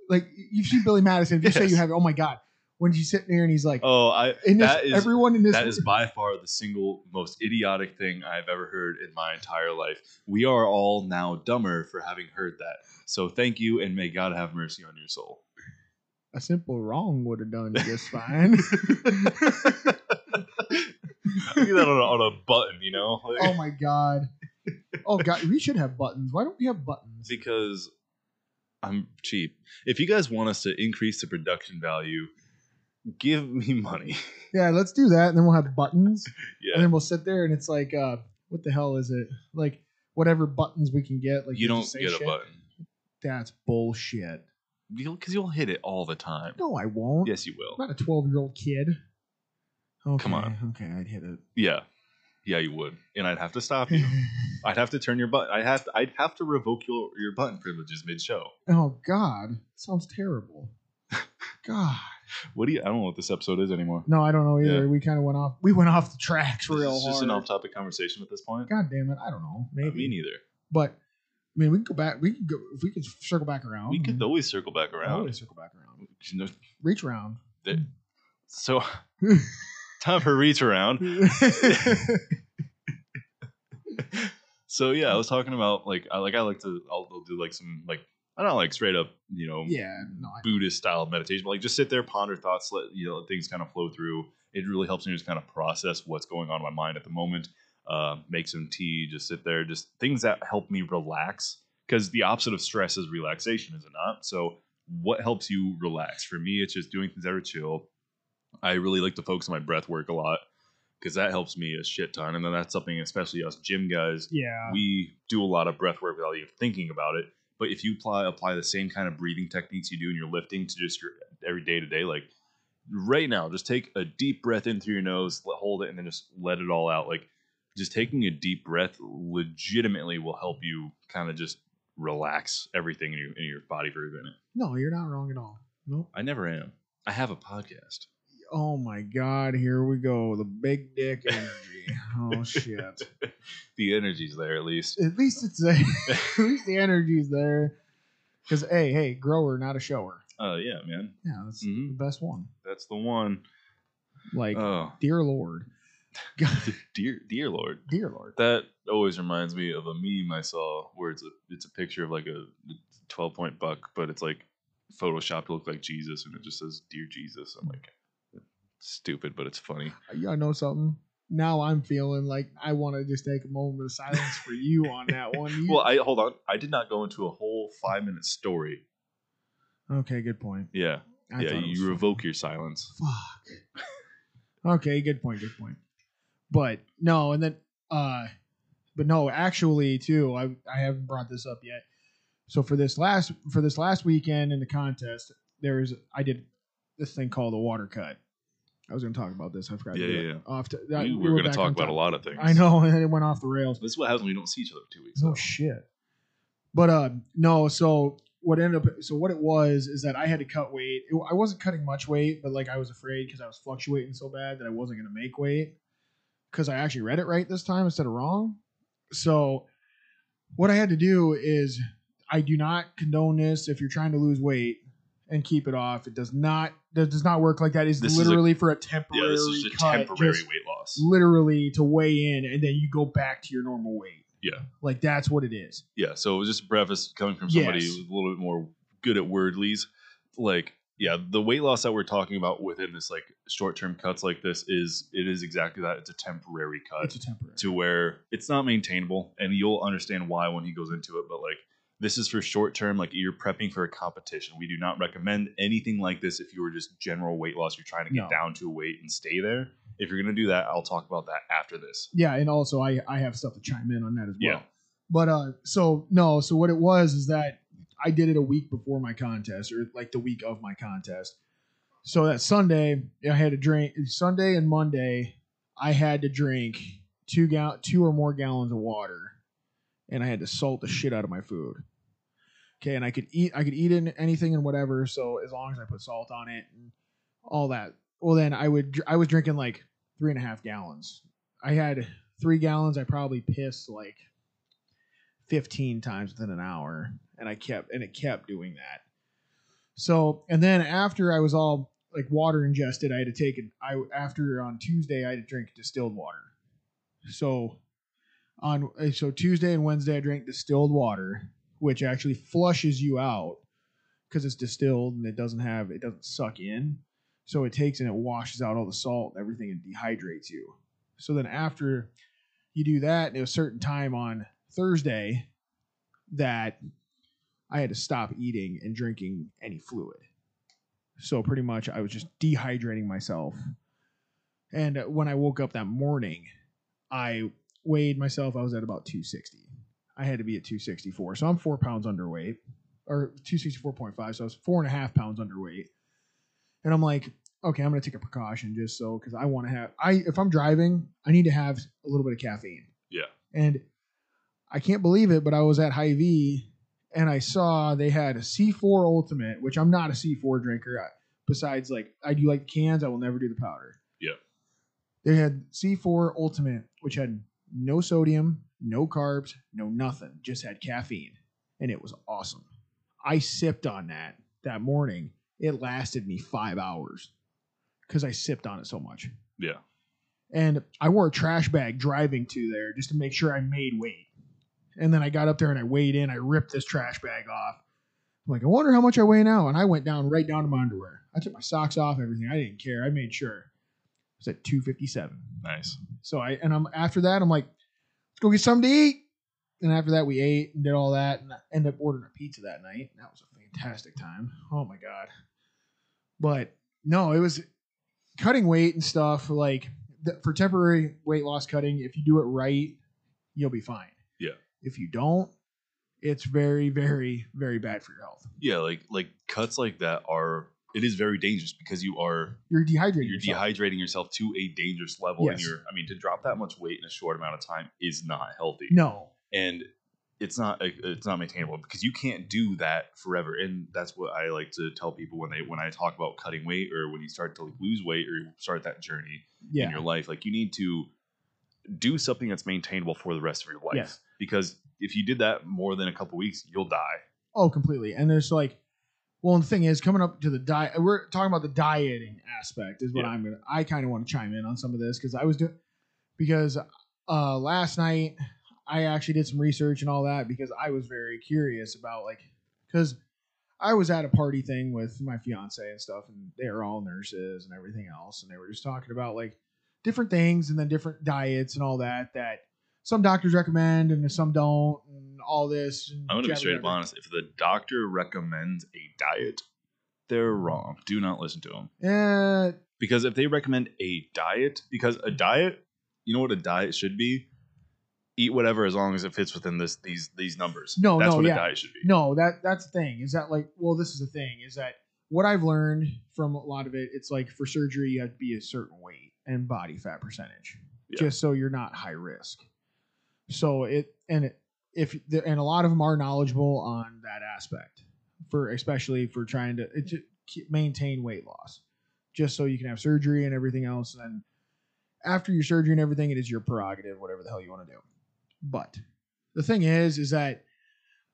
Like you've seen Billy Madison. If you say Yes. you have, oh my God, when you sit there and he's like, Oh, I. in this, that is everyone in this, that is by far the single most idiotic thing I've ever heard in my entire life. We are all now dumber for having heard that. So thank you, and may God have mercy on your *laughs* soul. a simple wrong would have done just fine. I get that on a, on a button, you know? Like- *laughs* oh my God. Oh God, we should have buttons. Why don't we have buttons? because I'm cheap. If you guys want us to increase the production value, give me money. *laughs* Yeah, let's do that, and then we'll have buttons, and Yeah. then we'll sit there, and it's like, uh, what the hell is it? Like whatever buttons we can get. Like you they don't just say get a shit. button. That's bullshit. Because you'll hit it all the time. No, I won't. Yes, you will. I'm not a 12 year old kid. Okay, Come on. Okay, I'd hit it. Yeah. Yeah, you would. And I'd have to stop *laughs* *laughs* you. I'd have to turn your button. I have to, I'd have to revoke your, your button privileges mid show. oh, God. Sounds terrible. God. What do you I don't know what this episode is anymore. No, I don't know either. Yeah. We kind of went off. We went off the tracks This real is hard. just an off topic conversation at this point. Uh, God damn it. I don't know. Maybe. Me neither. but, I mean, we can go back. We can go, if we can circle back around. We could always circle back around. around. circle back around. You know, *laughs* Reach around. *laughs* that- So time for reach around. *laughs* So yeah, I was talking about like I like I like to I'll, I'll do like some like I don't like straight up you know yeah, no, I, Buddhist style meditation, but like just sit there ponder thoughts, let you know things kind of flow through. It really helps me just kind of process what's going on in my mind at the moment. Uh, make some tea, just sit there, just things that help me relax because the opposite of stress is relaxation, is it not? So what helps you relax? For me, it's just doing things that are chill. I really like to focus on my breath work a lot because that helps me a shit ton, and then that's something especially us gym guys yeah. we do a lot of breath work without even thinking about it. But if you apply apply the same kind of breathing techniques you do in your lifting to just your every day to day, like right now, just take a deep breath in through your nose, let- hold it, and then just let it all out. Like just taking a deep breath legitimately will help you kind of just relax everything in your in your body for a minute. no, you're not wrong at all. Nope. I never am. I have a podcast. oh my god, here we go. The big dick *laughs* energy. oh shit. the energy's there at least. At least it's a, *laughs* at least the energy's there. Because hey, hey, grower, not a shower. Uh, yeah, man, Yeah, that's Mhm. the best one. that's the one. Like, Oh, *laughs* dear Lord, God, dear, dear Lord, dear Lord. that always reminds me of a meme I saw where it's a it's a picture of like a twelve point buck, but it's like photoshopped to look like Jesus, and it just says "Dear Jesus." I'm like, stupid, but it's funny. Y'all know something? Now I'm feeling like I want to just take a moment of silence for you on that *laughs* one. You- Well, I hold on. I did not go into a whole five minute story. okay, good point. Yeah, I yeah. thought it was You funny. revoke your silence. Fuck. okay, good point, good point. But no, and then uh but no, actually too, I I haven't brought this up yet. So for this last for this last weekend in the contest, there is I did this thing called the water cut. I was going to talk about this. I forgot. Yeah, to do yeah, it. yeah. Off to, We I- were we're going to back talk on about a top. lot of things. I know, *laughs* and then it went off the rails. This is what happens when you don't see each other for two weeks. No though. shit. But uh, no. So what ended up? So what it was is that I had to cut weight. It- I wasn't cutting much weight, but like I was afraid because I was fluctuating so bad that I wasn't gonna make weight. Because I actually read it right this time instead of wrong. So what I had to do is I do not condone this. If you're trying to lose weight and keep it off, it does not. That does not work like that. It's This is a- literally for a temporary. yeah, this is a cut, temporary just weight loss. Literally to weigh in, and then you go back to your normal weight. Yeah. Like that's what it is. Yeah, so it was just a preface coming from somebody Yes. who's a little bit more good at wordlies. Like, yeah, the weight loss that we're talking about within this like short term cuts like this is it is exactly that. It's a temporary cut It's a temporary. to where it's not maintainable, and you'll understand why when he goes into it. But like, this is for short term. Like, you're prepping for a competition. We do not recommend anything like this if you were just general weight loss. You're trying to get No. down to a weight and stay there. If you're gonna do that, I'll talk about that after this. yeah, and also I I have stuff to chime in on that as well. Yeah. But uh, so no, so what it was is that I did it a week before my contest, or like the week of my contest. So that Sunday, I had to drink. Sunday and Monday, I had to drink two gal, two or more gallons of water, and I had to salt the shit out of my food. Okay, and I could eat, I could eat in anything and whatever. So as long as I put salt on it and all that, well then I would, dr- I was drinking like three and a half gallons. I had three gallons. I probably pissed like 15 times within an hour and i kept and it kept doing that so and then after i was all like water ingested i had to take an i after on tuesday i had to drink distilled water so on uh, so tuesday and wednesday i drank distilled water which actually flushes you out because it's distilled and it doesn't have it doesn't suck in so it takes and it washes out all the salt and everything and dehydrates you so then after you do that at a certain time on Thursday that I had to stop eating and drinking any fluid. So pretty much I was just dehydrating myself. And when I woke up that morning, I weighed myself. I was at about 260. I had to be at 264. So I'm four pounds underweight or 264.5. So I was four and a half pounds underweight. And I'm like, okay, I'm going to take a precaution just so, because I want to have, I, if I'm driving, I need to have a little bit of caffeine. Yeah. And I can't believe it, but I was at Hy-Vee and I saw they had a C4 Ultimate, which I'm not a C4 drinker. I, besides, like I do like cans, I will never do the powder. Yeah. They had C4 Ultimate, which had no sodium, no carbs, no nothing, just had caffeine, and it was awesome. I sipped on that that morning. It lasted me five hours because I sipped on it so much Yeah, and I wore a trash bag driving to there just to make sure I made weight. And then I got up there and I weighed in. I ripped this trash bag off. I'm like, I wonder how much I weigh now. And I went down right down to my underwear. I took my socks off, everything. I didn't care. I made sure. It was at 257. nice. So I and I'm after that I'm like, let's go get something to eat. And after that we ate and did all that and I ended up ordering a pizza that night. And that was a fantastic time. Oh my god. But no, it was cutting weight and stuff like th- for temporary weight loss cutting. If you do it right, you'll be fine. Yeah. If you don't, it's very, very, very bad for your health. Yeah, like like cuts like that are it is very dangerous because you are You're dehydrating. you're yourself. dehydrating yourself to a dangerous level. And Yes. you're I mean, to drop that much weight in a short amount of time is not healthy. No. And it's not it's not maintainable because you can't do that forever and that's what i like to tell people when they when i talk about cutting weight or when you start to like lose weight or start that journey in Yeah. your life like you need to do something that's maintainable for the rest of your life Yes. because if you did that more than a couple weeks you'll die Oh, completely. And there's like, well, and the thing is, coming up to the diet, we're talking about the dieting aspect is what Yeah. I'm gonna. I kind of want to chime in on some of this because I was doing because uh last night I actually did some research and all that because I was very curious about like because I was at a party thing with my fiance and stuff, and they were all nurses and everything else, and they were just talking about like different things and then different diets and all that that some doctors recommend and some don't and all this. and i'm gonna be jabber straight up jabber. honest if the doctor recommends a diet they're wrong do not listen to them Uh, because if they recommend a diet because a diet you know what a diet should be eat whatever as long as it fits within this these these numbers No, that's no, what yeah. a diet should be no, that that's the thing. Is that like, well, this is the thing. Is that what I've learned from a lot of it? It's like for surgery, you have to be a certain weight and body fat percentage, Yeah. just so you're not high risk. So it and it, if the, and a lot of them are knowledgeable on that aspect for especially for trying to, it, to keep- maintain weight loss, just so you can have surgery and everything else. And after your surgery and everything, it is your prerogative, whatever the hell you want to do. But the thing is, is that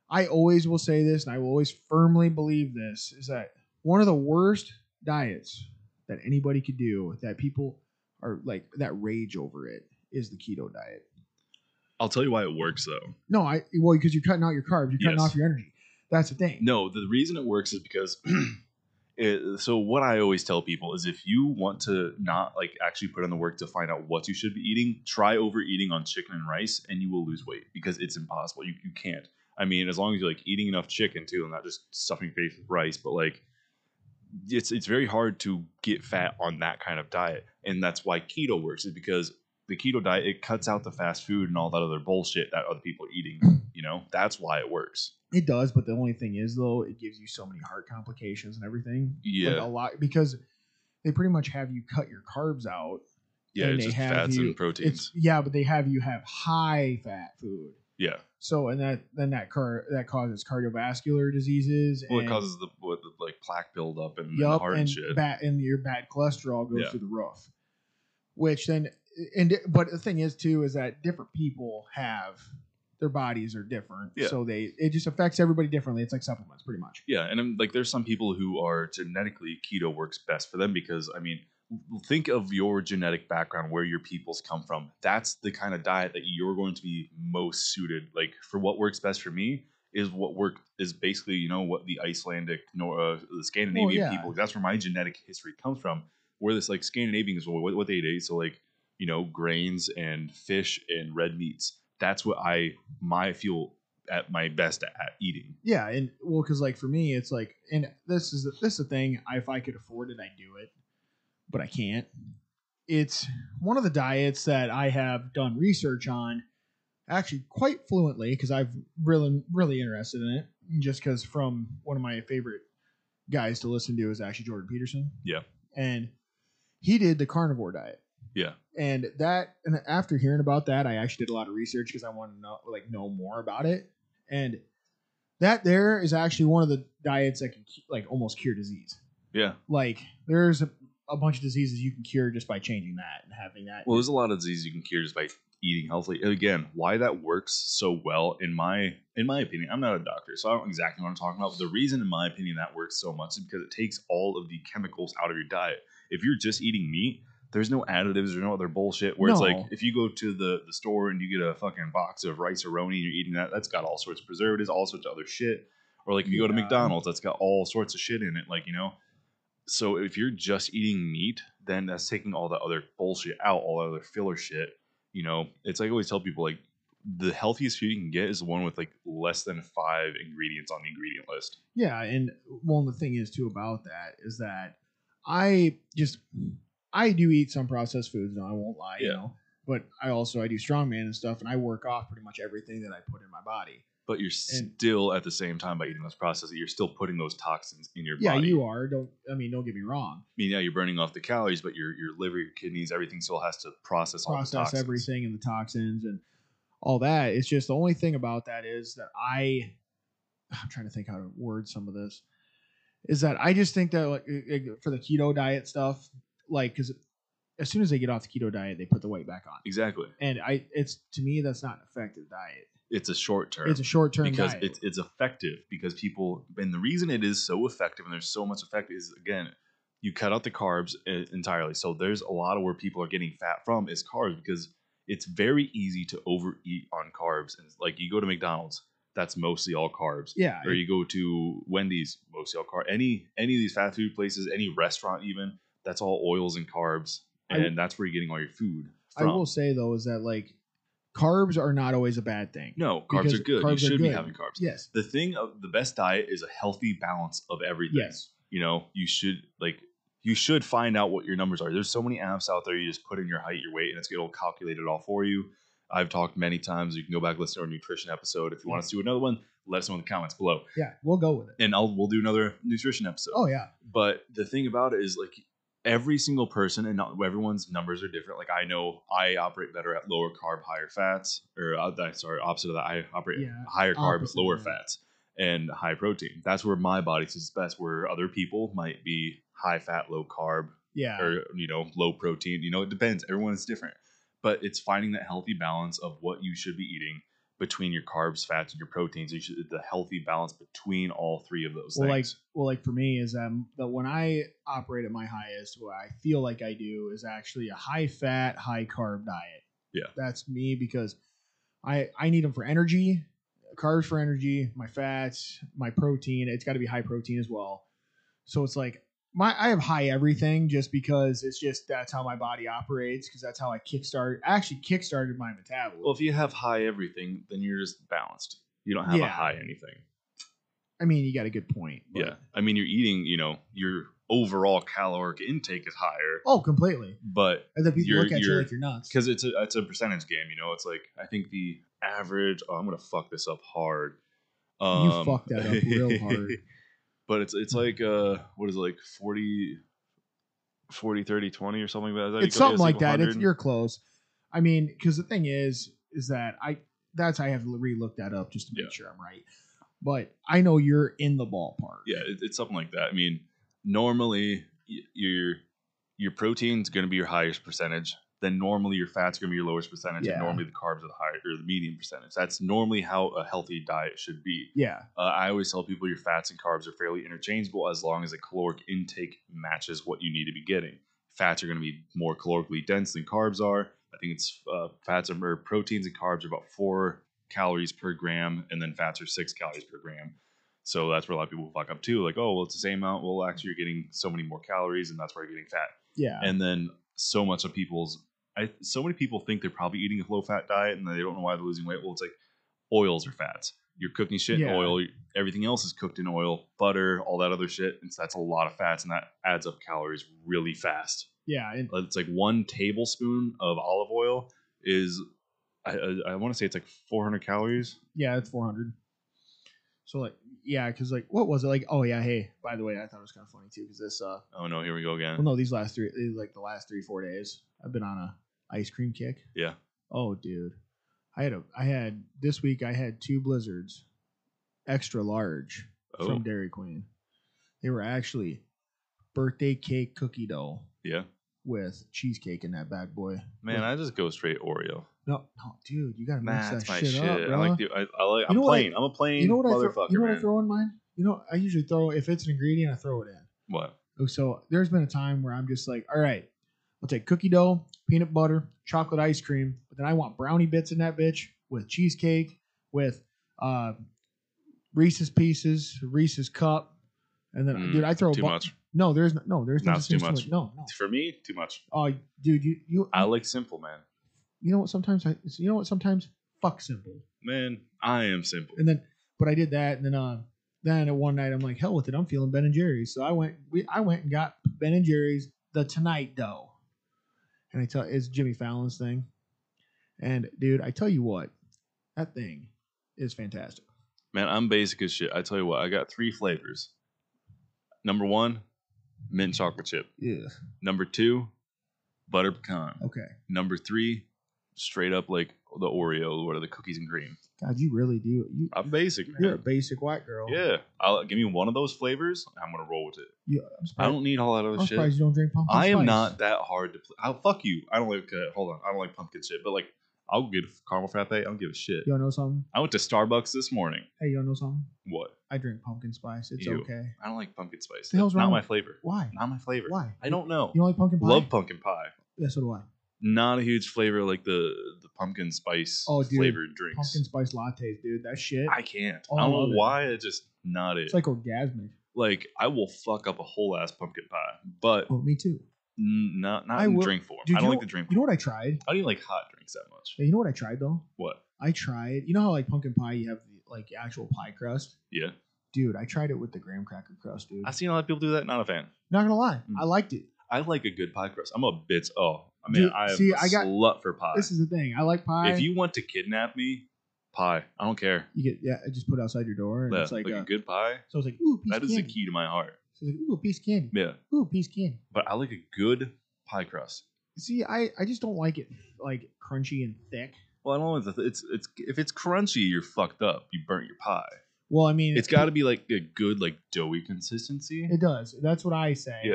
I always will say this, and I will always firmly believe this, is that one of the worst diets that anybody could do that people are like that rage over it is the keto diet. i'll tell you why it works though No, I well because you're cutting out your carbs, you're cutting Yes. off your energy. That's the thing. No, the reason it works is because. *clears throat* it, so what I always tell people is if you want to not like actually put in the work to find out what you should be eating, try overeating on chicken and rice, and you will lose weight because it's impossible. You you can't. I mean, as long as you're like eating enough chicken too, and not just stuffing your face with rice, but like. It's it's very hard to get fat on that kind of diet, and that's why keto works. Is because the keto diet it cuts out the fast food and all that other bullshit that other people are eating. You know that's why it works. It does, but the only thing is though, it gives you so many heart complications and everything. Yeah, Like a lot because they pretty much have you cut your carbs out Yeah, and it's they just have fats you- and It's proteins. yeah, but they have you have high fat food. Yeah. So and that then that car that causes cardiovascular diseases. Well, it and, causes the, what, the like plaque buildup and, and yup, heart and, and shit. bad and your bad cholesterol goes Yeah. through the roof. Which then and but the thing is too is that different people have their bodies are different, Yeah. so they it just affects everybody differently. It's like supplements, pretty much. yeah, and I'm, like there's some people who are genetically keto works best for them because I mean, think of your genetic background, where your peoples come from. That's the kind of diet that you're going to be most suited. Like for what works best for me is what work is basically you know what the Icelandic nor uh, the Scandinavian yeah. people. That's where my genetic history comes from. Where this like Scandinavian is what, what they ate. So like you know grains and fish and red meats. That's what I my feel at my best at eating. Yeah, and well, because like for me, it's like, and this is this is the thing. I, if I could afford it, I do it, but I can't. It's one of the diets that I have done research on, actually quite fluently, because I've really really interested in it. Just because from one of my favorite guys to listen to is actually Jordan Peterson. Yeah. and he did the carnivore diet Yeah. and that and after hearing about that i actually did a lot of research because i want to know like know more about it and that there is actually one of the diets that can cu- like almost cure disease Yeah. like there's a, a bunch of diseases you can cure just by changing that and having that Well, there's a lot of diseases you can cure just by eating healthily. And again, why that works so well in my in my opinion, I'm not a doctor, so I don't exactly know what I'm talking about. But the reason, in my opinion, that works so much is because it takes all of the chemicals out of your diet. If you're just eating meat, there's no additives or no other bullshit. Where it's like No. if you go to the the store and you get a fucking box of rice roni and you're eating that, that's got all sorts of preservatives, all sorts of other shit. Or like if you go to Yeah. McDonald's, that's got all sorts of shit in it. Like you know, so if you're just eating meat, then that's taking all the other bullshit out, all the other filler shit. You know, it's like I always tell people like the healthiest food you can get is the one with like less than five ingredients on the ingredient list. Yeah, and well, and the thing is too about that is that I just I do eat some processed foods. No, I won't lie, you Yeah. know. But I also I do strongman and stuff, and I work off pretty much everything that I put in my body. But you're And- still at the same time by eating those processed, you're still putting those toxins in your yeah, body. you are. Don't I mean? Don't get me wrong. I mean, yeah, you're burning off the calories, but your your liver, your kidneys, everything still has to process, all the Process toxins. everything and the toxins and all that. It's just the only thing about that is that I, I'm trying to think how to word some of this, is that I just think that like i- i- for the keto diet stuff, like because as soon as they get off the keto diet, they put the weight back on, Exactly. and I, it's to me that's not an effective diet. It's a short term. It's a short term because diet. it's it's effective because people and the reason it is so effective and there's so much effect is again you cut out the carbs e- entirely so there's a lot of where people are getting fat from is carbs because it's very easy to overeat on carbs and like you go to McDonald's that's mostly all carbs yeah, or you go to Wendy's mostly all carbs any any of these fast food places any restaurant even that's all oils and carbs I- and that's where you're getting all your food I from will say though is that like carbs are not always a bad thing. no carbs because are good carbs are you should be good. having carbs Yes. the thing of the best diet is a healthy balance of everything. Yes. You know, you should like you should find out what your numbers are. There's so many apps out there. You just put in your height, your weight, and it's it'll calculate it all for you. I've talked many times. You can go back listen to our nutrition episode if you want us to do another one. Let us know in the comments below, Yeah, we'll go with it. and I'll we'll do another nutrition episode. Oh yeah. But the thing about it is like every single person and not everyone's numbers are different. Like I know I operate better at lower carb, higher fats, or uh, that- sorry, opposite of that. I operate Yeah, higher carb, opposite, lower yeah. fats, and high protein. That's where my body sits best. Where other people might be high fat, low carb, Yeah. or you know low protein you know it depends everyone is different but it's finding that healthy balance of what you should be eating between your carbs fats and your proteins you should, the healthy balance between all three of those well, like, things well, like for me is um that when I operate at my highest, what I feel like I do is actually a high fat, high carb diet. Yeah. that's me because I I need them for energy, carbs for energy, my fats, my protein. It's got to be high protein as well. So it's like my I have high everything just because it's just that's how my body operates because that's how I kickstart actually kickstarted my metabolism. well if you have high everything then you're just balanced you don't have Yeah. a high anything I mean, you got a good point. but- yeah i mean you're eating you know your overall caloric intake is higher Oh, completely. but And then people You're- look at you you're- like you're nuts. because it's a it's a percentage game. You know, it's like I think the average. Oh, I'm gonna fuck this up hard. Um, fucked that up real hard. *laughs* But it's it's like uh, what is it like 40, 40, 30, 20 or something like that. it's Is that equal- something like that. It's 100? you're close. I mean, because the thing is, is that I that's I have re-looked that up just to make Yeah. sure I'm right. But I know you're in the ballpark. yeah, it, it's something like that. I mean, normally y- your your protein's going to be your highest percentage. Then normally your fats going to be your lowest percentage, Yeah. and normally the carbs are the higher or the medium percentage. That's normally how a healthy diet should be. Yeah. Uh, I always tell people your fats and carbs are fairly interchangeable as long as the caloric intake matches what you need to be getting. Fats are going to be more calorically dense than carbs are. I think it's uh, fats are or proteins and carbs are about four calories per gram, and then fats are six calories per gram. So that's where a lot of people fuck up too. Like, oh, well, it's the same amount. Well, actually, you're getting so many more calories, and that's why you're getting fat Yeah. and then so much of people's I, so many people think they're probably eating a low fat diet and they don't know why they're losing weight well it's like oils are fats you're cooking shit Yeah. in oil everything else is cooked in oil butter all that other shit and so that's a lot of fats and that adds up calories really fast Uh, yeah. And it's like one tablespoon of olive oil is i, I, I want to say it's like 400 calories yeah, it's 400. So like, yeah, because like, what was it like? Oh yeah. Hey, by the way, I thought it was kind of funny too because this. uh oh no here we go Well, again no, these last three, these, like the last three four days, I've been on a ice cream kick. yeah Oh, dude, I had a, I had this week. I had two blizzards, extra large oh from Dairy Queen. They were actually birthday cake cookie dough yeah with cheesecake in that bad boy. man i just go straight oreo no, no, dude, you gotta mix Nah, that that's my shit, shit, up, i like bruh. the, i, I like You i'm know what I- plain i'm a plain You know what I motherfucker throw? You know what man. I throw in mine? You know, I usually throw if it's an ingredient, I throw it in. What? Oh, So there's been a time where I'm just like, all right, I'll take cookie dough, peanut butter, chocolate ice cream, but then I want brownie bits in that bitch with cheesecake, with uh, Reese's pieces, Reese's cup, and then Mm, dude, I throw a Too bu- much No, there's no, no there's no No, such it's too thing as much. No, no. for me. Too much. Oh, dude, you you I like simple, man. you know what? Sometimes I you know what? Sometimes fuck simple. Man, I am simple. And then, but I did that, and then, uh, then at one night I'm like, hell with it, I'm feeling Ben and Jerry's. So I went, we, I went and got Ben and Jerry's the Tonight Dough, and I tell it's Jimmy Fallon's thing, and dude, I tell you what, that thing is fantastic. Man, I'm basic as shit. I tell you what, I got three flavors. Number one, mint chocolate chip. Yeah. Number two, butter pecan. Okay. Number three, straight up like the Oreo, what are the cookies and cream? God, you really do. You, I'm basic, man. you're a basic white girl. Yeah, I'll give me one of those flavors. I'm gonna roll with it. You- I'm I surprised, don't need all that other I'm shit. surprised you don't drink pumpkin I am spice. not that hard to. Pl- I'll fuck you. I don't like. Uh, hold on, I don't like pumpkin shit. But like, I'll get a caramel frappe. I don't give a shit. You wanna know something? I went to Starbucks this morning. Hey, you wanna know something? What? I drink pumpkin spice. It's Ew. okay. I don't like pumpkin spice. The hell's That's not wrong my with- flavor. Why? Not my flavor. Why? I don't know. You don't like pumpkin pie? Love pumpkin pie. Yeah, so do I. Not a huge flavor like the the pumpkin spice Oh, dude. flavored drinks. Pumpkin spice lattes, dude. That shit. I can't. Oh, I I don't love know it. why. It's just not it. it's like orgasmic. like I will fuck up a whole ass pumpkin pie, but Oh, me too. n- not not I in will- drink form. Dude, I you don't like know- the drink. You know form. what I tried? I don't even like hot drinks that much. Hey, you know what I tried though? What? I tried. You know how like pumpkin pie, you have like actual pie crust. Yeah, Dude, I tried it with the graham cracker crust, dude. I've seen a lot of people do that. Not a fan. Not gonna lie, Mm. I liked it. I like a good pie crust. I'm a bitch. Oh, I mean, Dude, I am see, a I got- slut for pie. This is the thing. I like pie. Uh, if you want to kidnap me, pie. I don't care. you get yeah, I just put it outside your door, and Yeah, it's like, like uh, a good pie. so. It's like ooh, piece That of is the candy. key to my heart. So it's like ooh, piece of candy. Yeah, Ooh, piece of candy. but I like a good pie crust. See, I I just don't like it like crunchy and thick. Well, I don't want the it's it's if it's crunchy, you're fucked up. You burnt your pie. Well, I mean, It's got to be like a good like doughy consistency. It does. That's what I say. Yeah,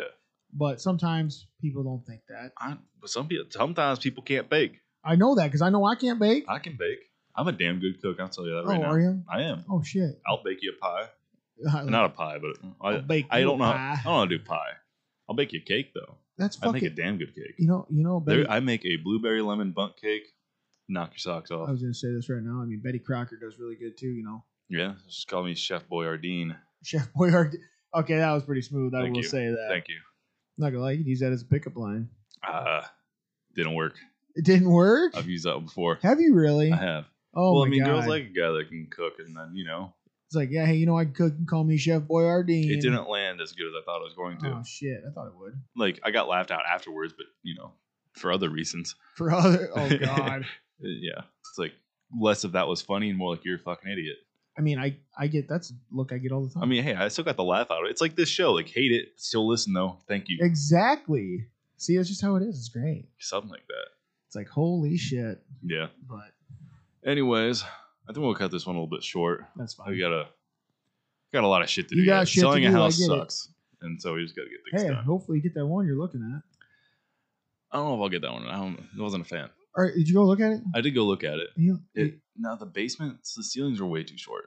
But sometimes people don't think that. I, but some people sometimes people can't bake. I know that because I know I can't bake. I can bake. I'm a damn good cook. I'll tell you that oh, right now. are you? I am. Oh shit. I'll bake you a pie. I'll Not a pie, but I, bake I you don't know. Oh, pie. I don't know how to do pie. I'll bake you a cake though. That's I make a fucking. damn good cake. You know. You know. There- Betty, I, I make a blueberry lemon bunt cake. Knock your socks off. was gonna say this right now. I mean, Betty Crocker does really good too. You know, *laughs* yeah, just call me Chef Boyardeen. Chef Boyard. Okay, that was pretty smooth. I Thank will you. say that. Thank you. Not gonna lie, you can use that as a pickup line. Uh, didn't work. It didn't work. I've used that one before. Have you really? I have. Oh well, my I mean, god! girls like a guy that can cook, and then you know, it's like, yeah, hey, you know, I cook and call me Chef Boyardee. it didn't land as good as I thought it was going to. Oh shit! I thought it would. Like I got laughed out afterwards, but you know, for other reasons. For other, *laughs* oh god. Uh, Yeah, it's like less of that was funny and more like you're a fucking idiot. I mean, I I get that's a look I get all the time. I mean, hey, I still got the laugh out of it. It's like this show, like hate it, still listen though. Thank you. exactly. See, that's just how it is. It's great. Something like that. It's like holy shit, Yeah. but Anyways, I think we'll cut this one a little bit short. that's fine. We got a got a lot of shit to You do. got yet. shit to Selling a do, I house get it. sucks, and so we just got to get things hey, done. hopefully you get that one you're looking at. I don't know if I'll get that one. I don't. I wasn't a fan. All right, did you go look at it? I did go look at it. You- It now the basement, the ceilings are way too short.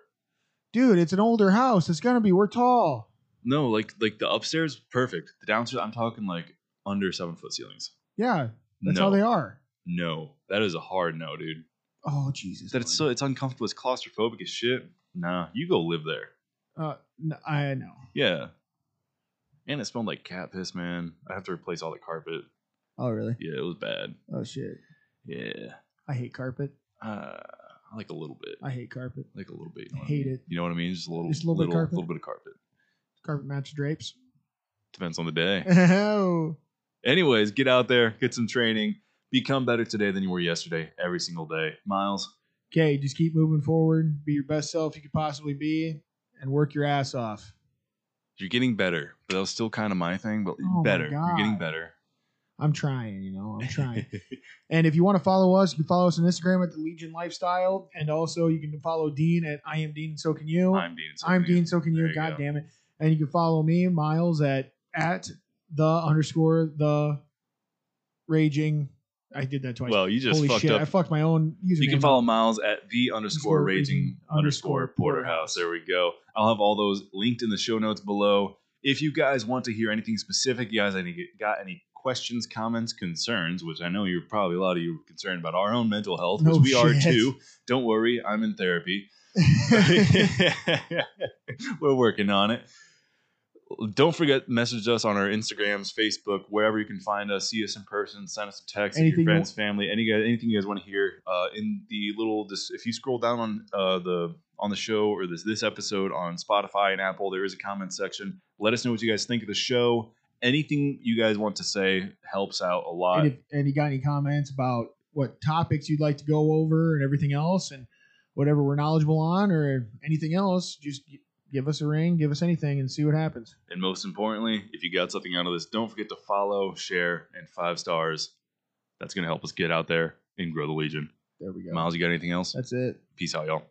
dude, it's an older house. It's gonna be we're tall. No, like like the upstairs, perfect. The downstairs, I'm talking like under seven foot ceilings. Yeah, that's no, how they are. no, that is a hard no, dude. Oh Jesus! that it's so Lord. it's uncomfortable. It's claustrophobic as shit. Nah, you go live there. Uh, n- I know. Yeah. And it smelled like cat piss, man. I have to replace all the carpet. Oh really? Yeah, it was bad. Oh shit! Yeah. I hate carpet. Uh, like a little bit. I hate carpet. Like a little bit. You know what I Hate mean? it. You know what I mean? Just a little, Just a little bit of carpet? little bit of carpet. Carpet match drapes. *laughs* Depends on the day. Oh, Anyways, get out there, get some training, become better today than you were yesterday, every single day. Miles, okay. Just keep moving forward. Be your best self you could possibly be, and work your ass off. you're getting better, but that was still kind of my thing. But Oh my better, you're getting God. better. I'm trying, you know, *laughs* I'm trying. and if you want to follow us, you can follow us on Instagram at the Legion Lifestyle, and also you can follow Dean at I am Dean, so can you. I'm Dean. Silverman. I'm Dean, so can There you. you God go. damn it! And you can follow me, Miles, at at the underscore the raging. I did that twice. Well, you just Holy fucked shit! up I fucked my own username. You can up. follow Miles at the Underscore underscore raging raging underscore underscore porterhouse. porterhouse. There we go. I'll have all those linked in the show notes below. If you guys want to hear anything specific, you guys any got any questions, comments, concerns, which I know you're probably a lot of you were concerned about our own mental health, No which we are shit. too. Don't worry, I'm in *laughs* therapy. *laughs* we're working on it. Don't forget, message us on our Instagrams, Facebook, wherever you can find us. See us in person. Send us a text. If Anything your you friends, family, any guys, anything you guys want to hear uh, in the little. This, if you scroll down on uh, the on the show or this this episode on Spotify and Apple, there is a comment section. Let us know what you guys think of the show. Anything you guys want to say helps out a lot. and, if, and you got any comments about what topics you'd like to go over and everything else and whatever we're knowledgeable on or anything else just gi- give us a ring give us anything and see what happens And most importantly, if you got something out of this, don't forget to follow, share, and five stars. That's going to help us get out there and grow the Legion. There we go. Miles, you got anything else? That's it. Peace out, y'all.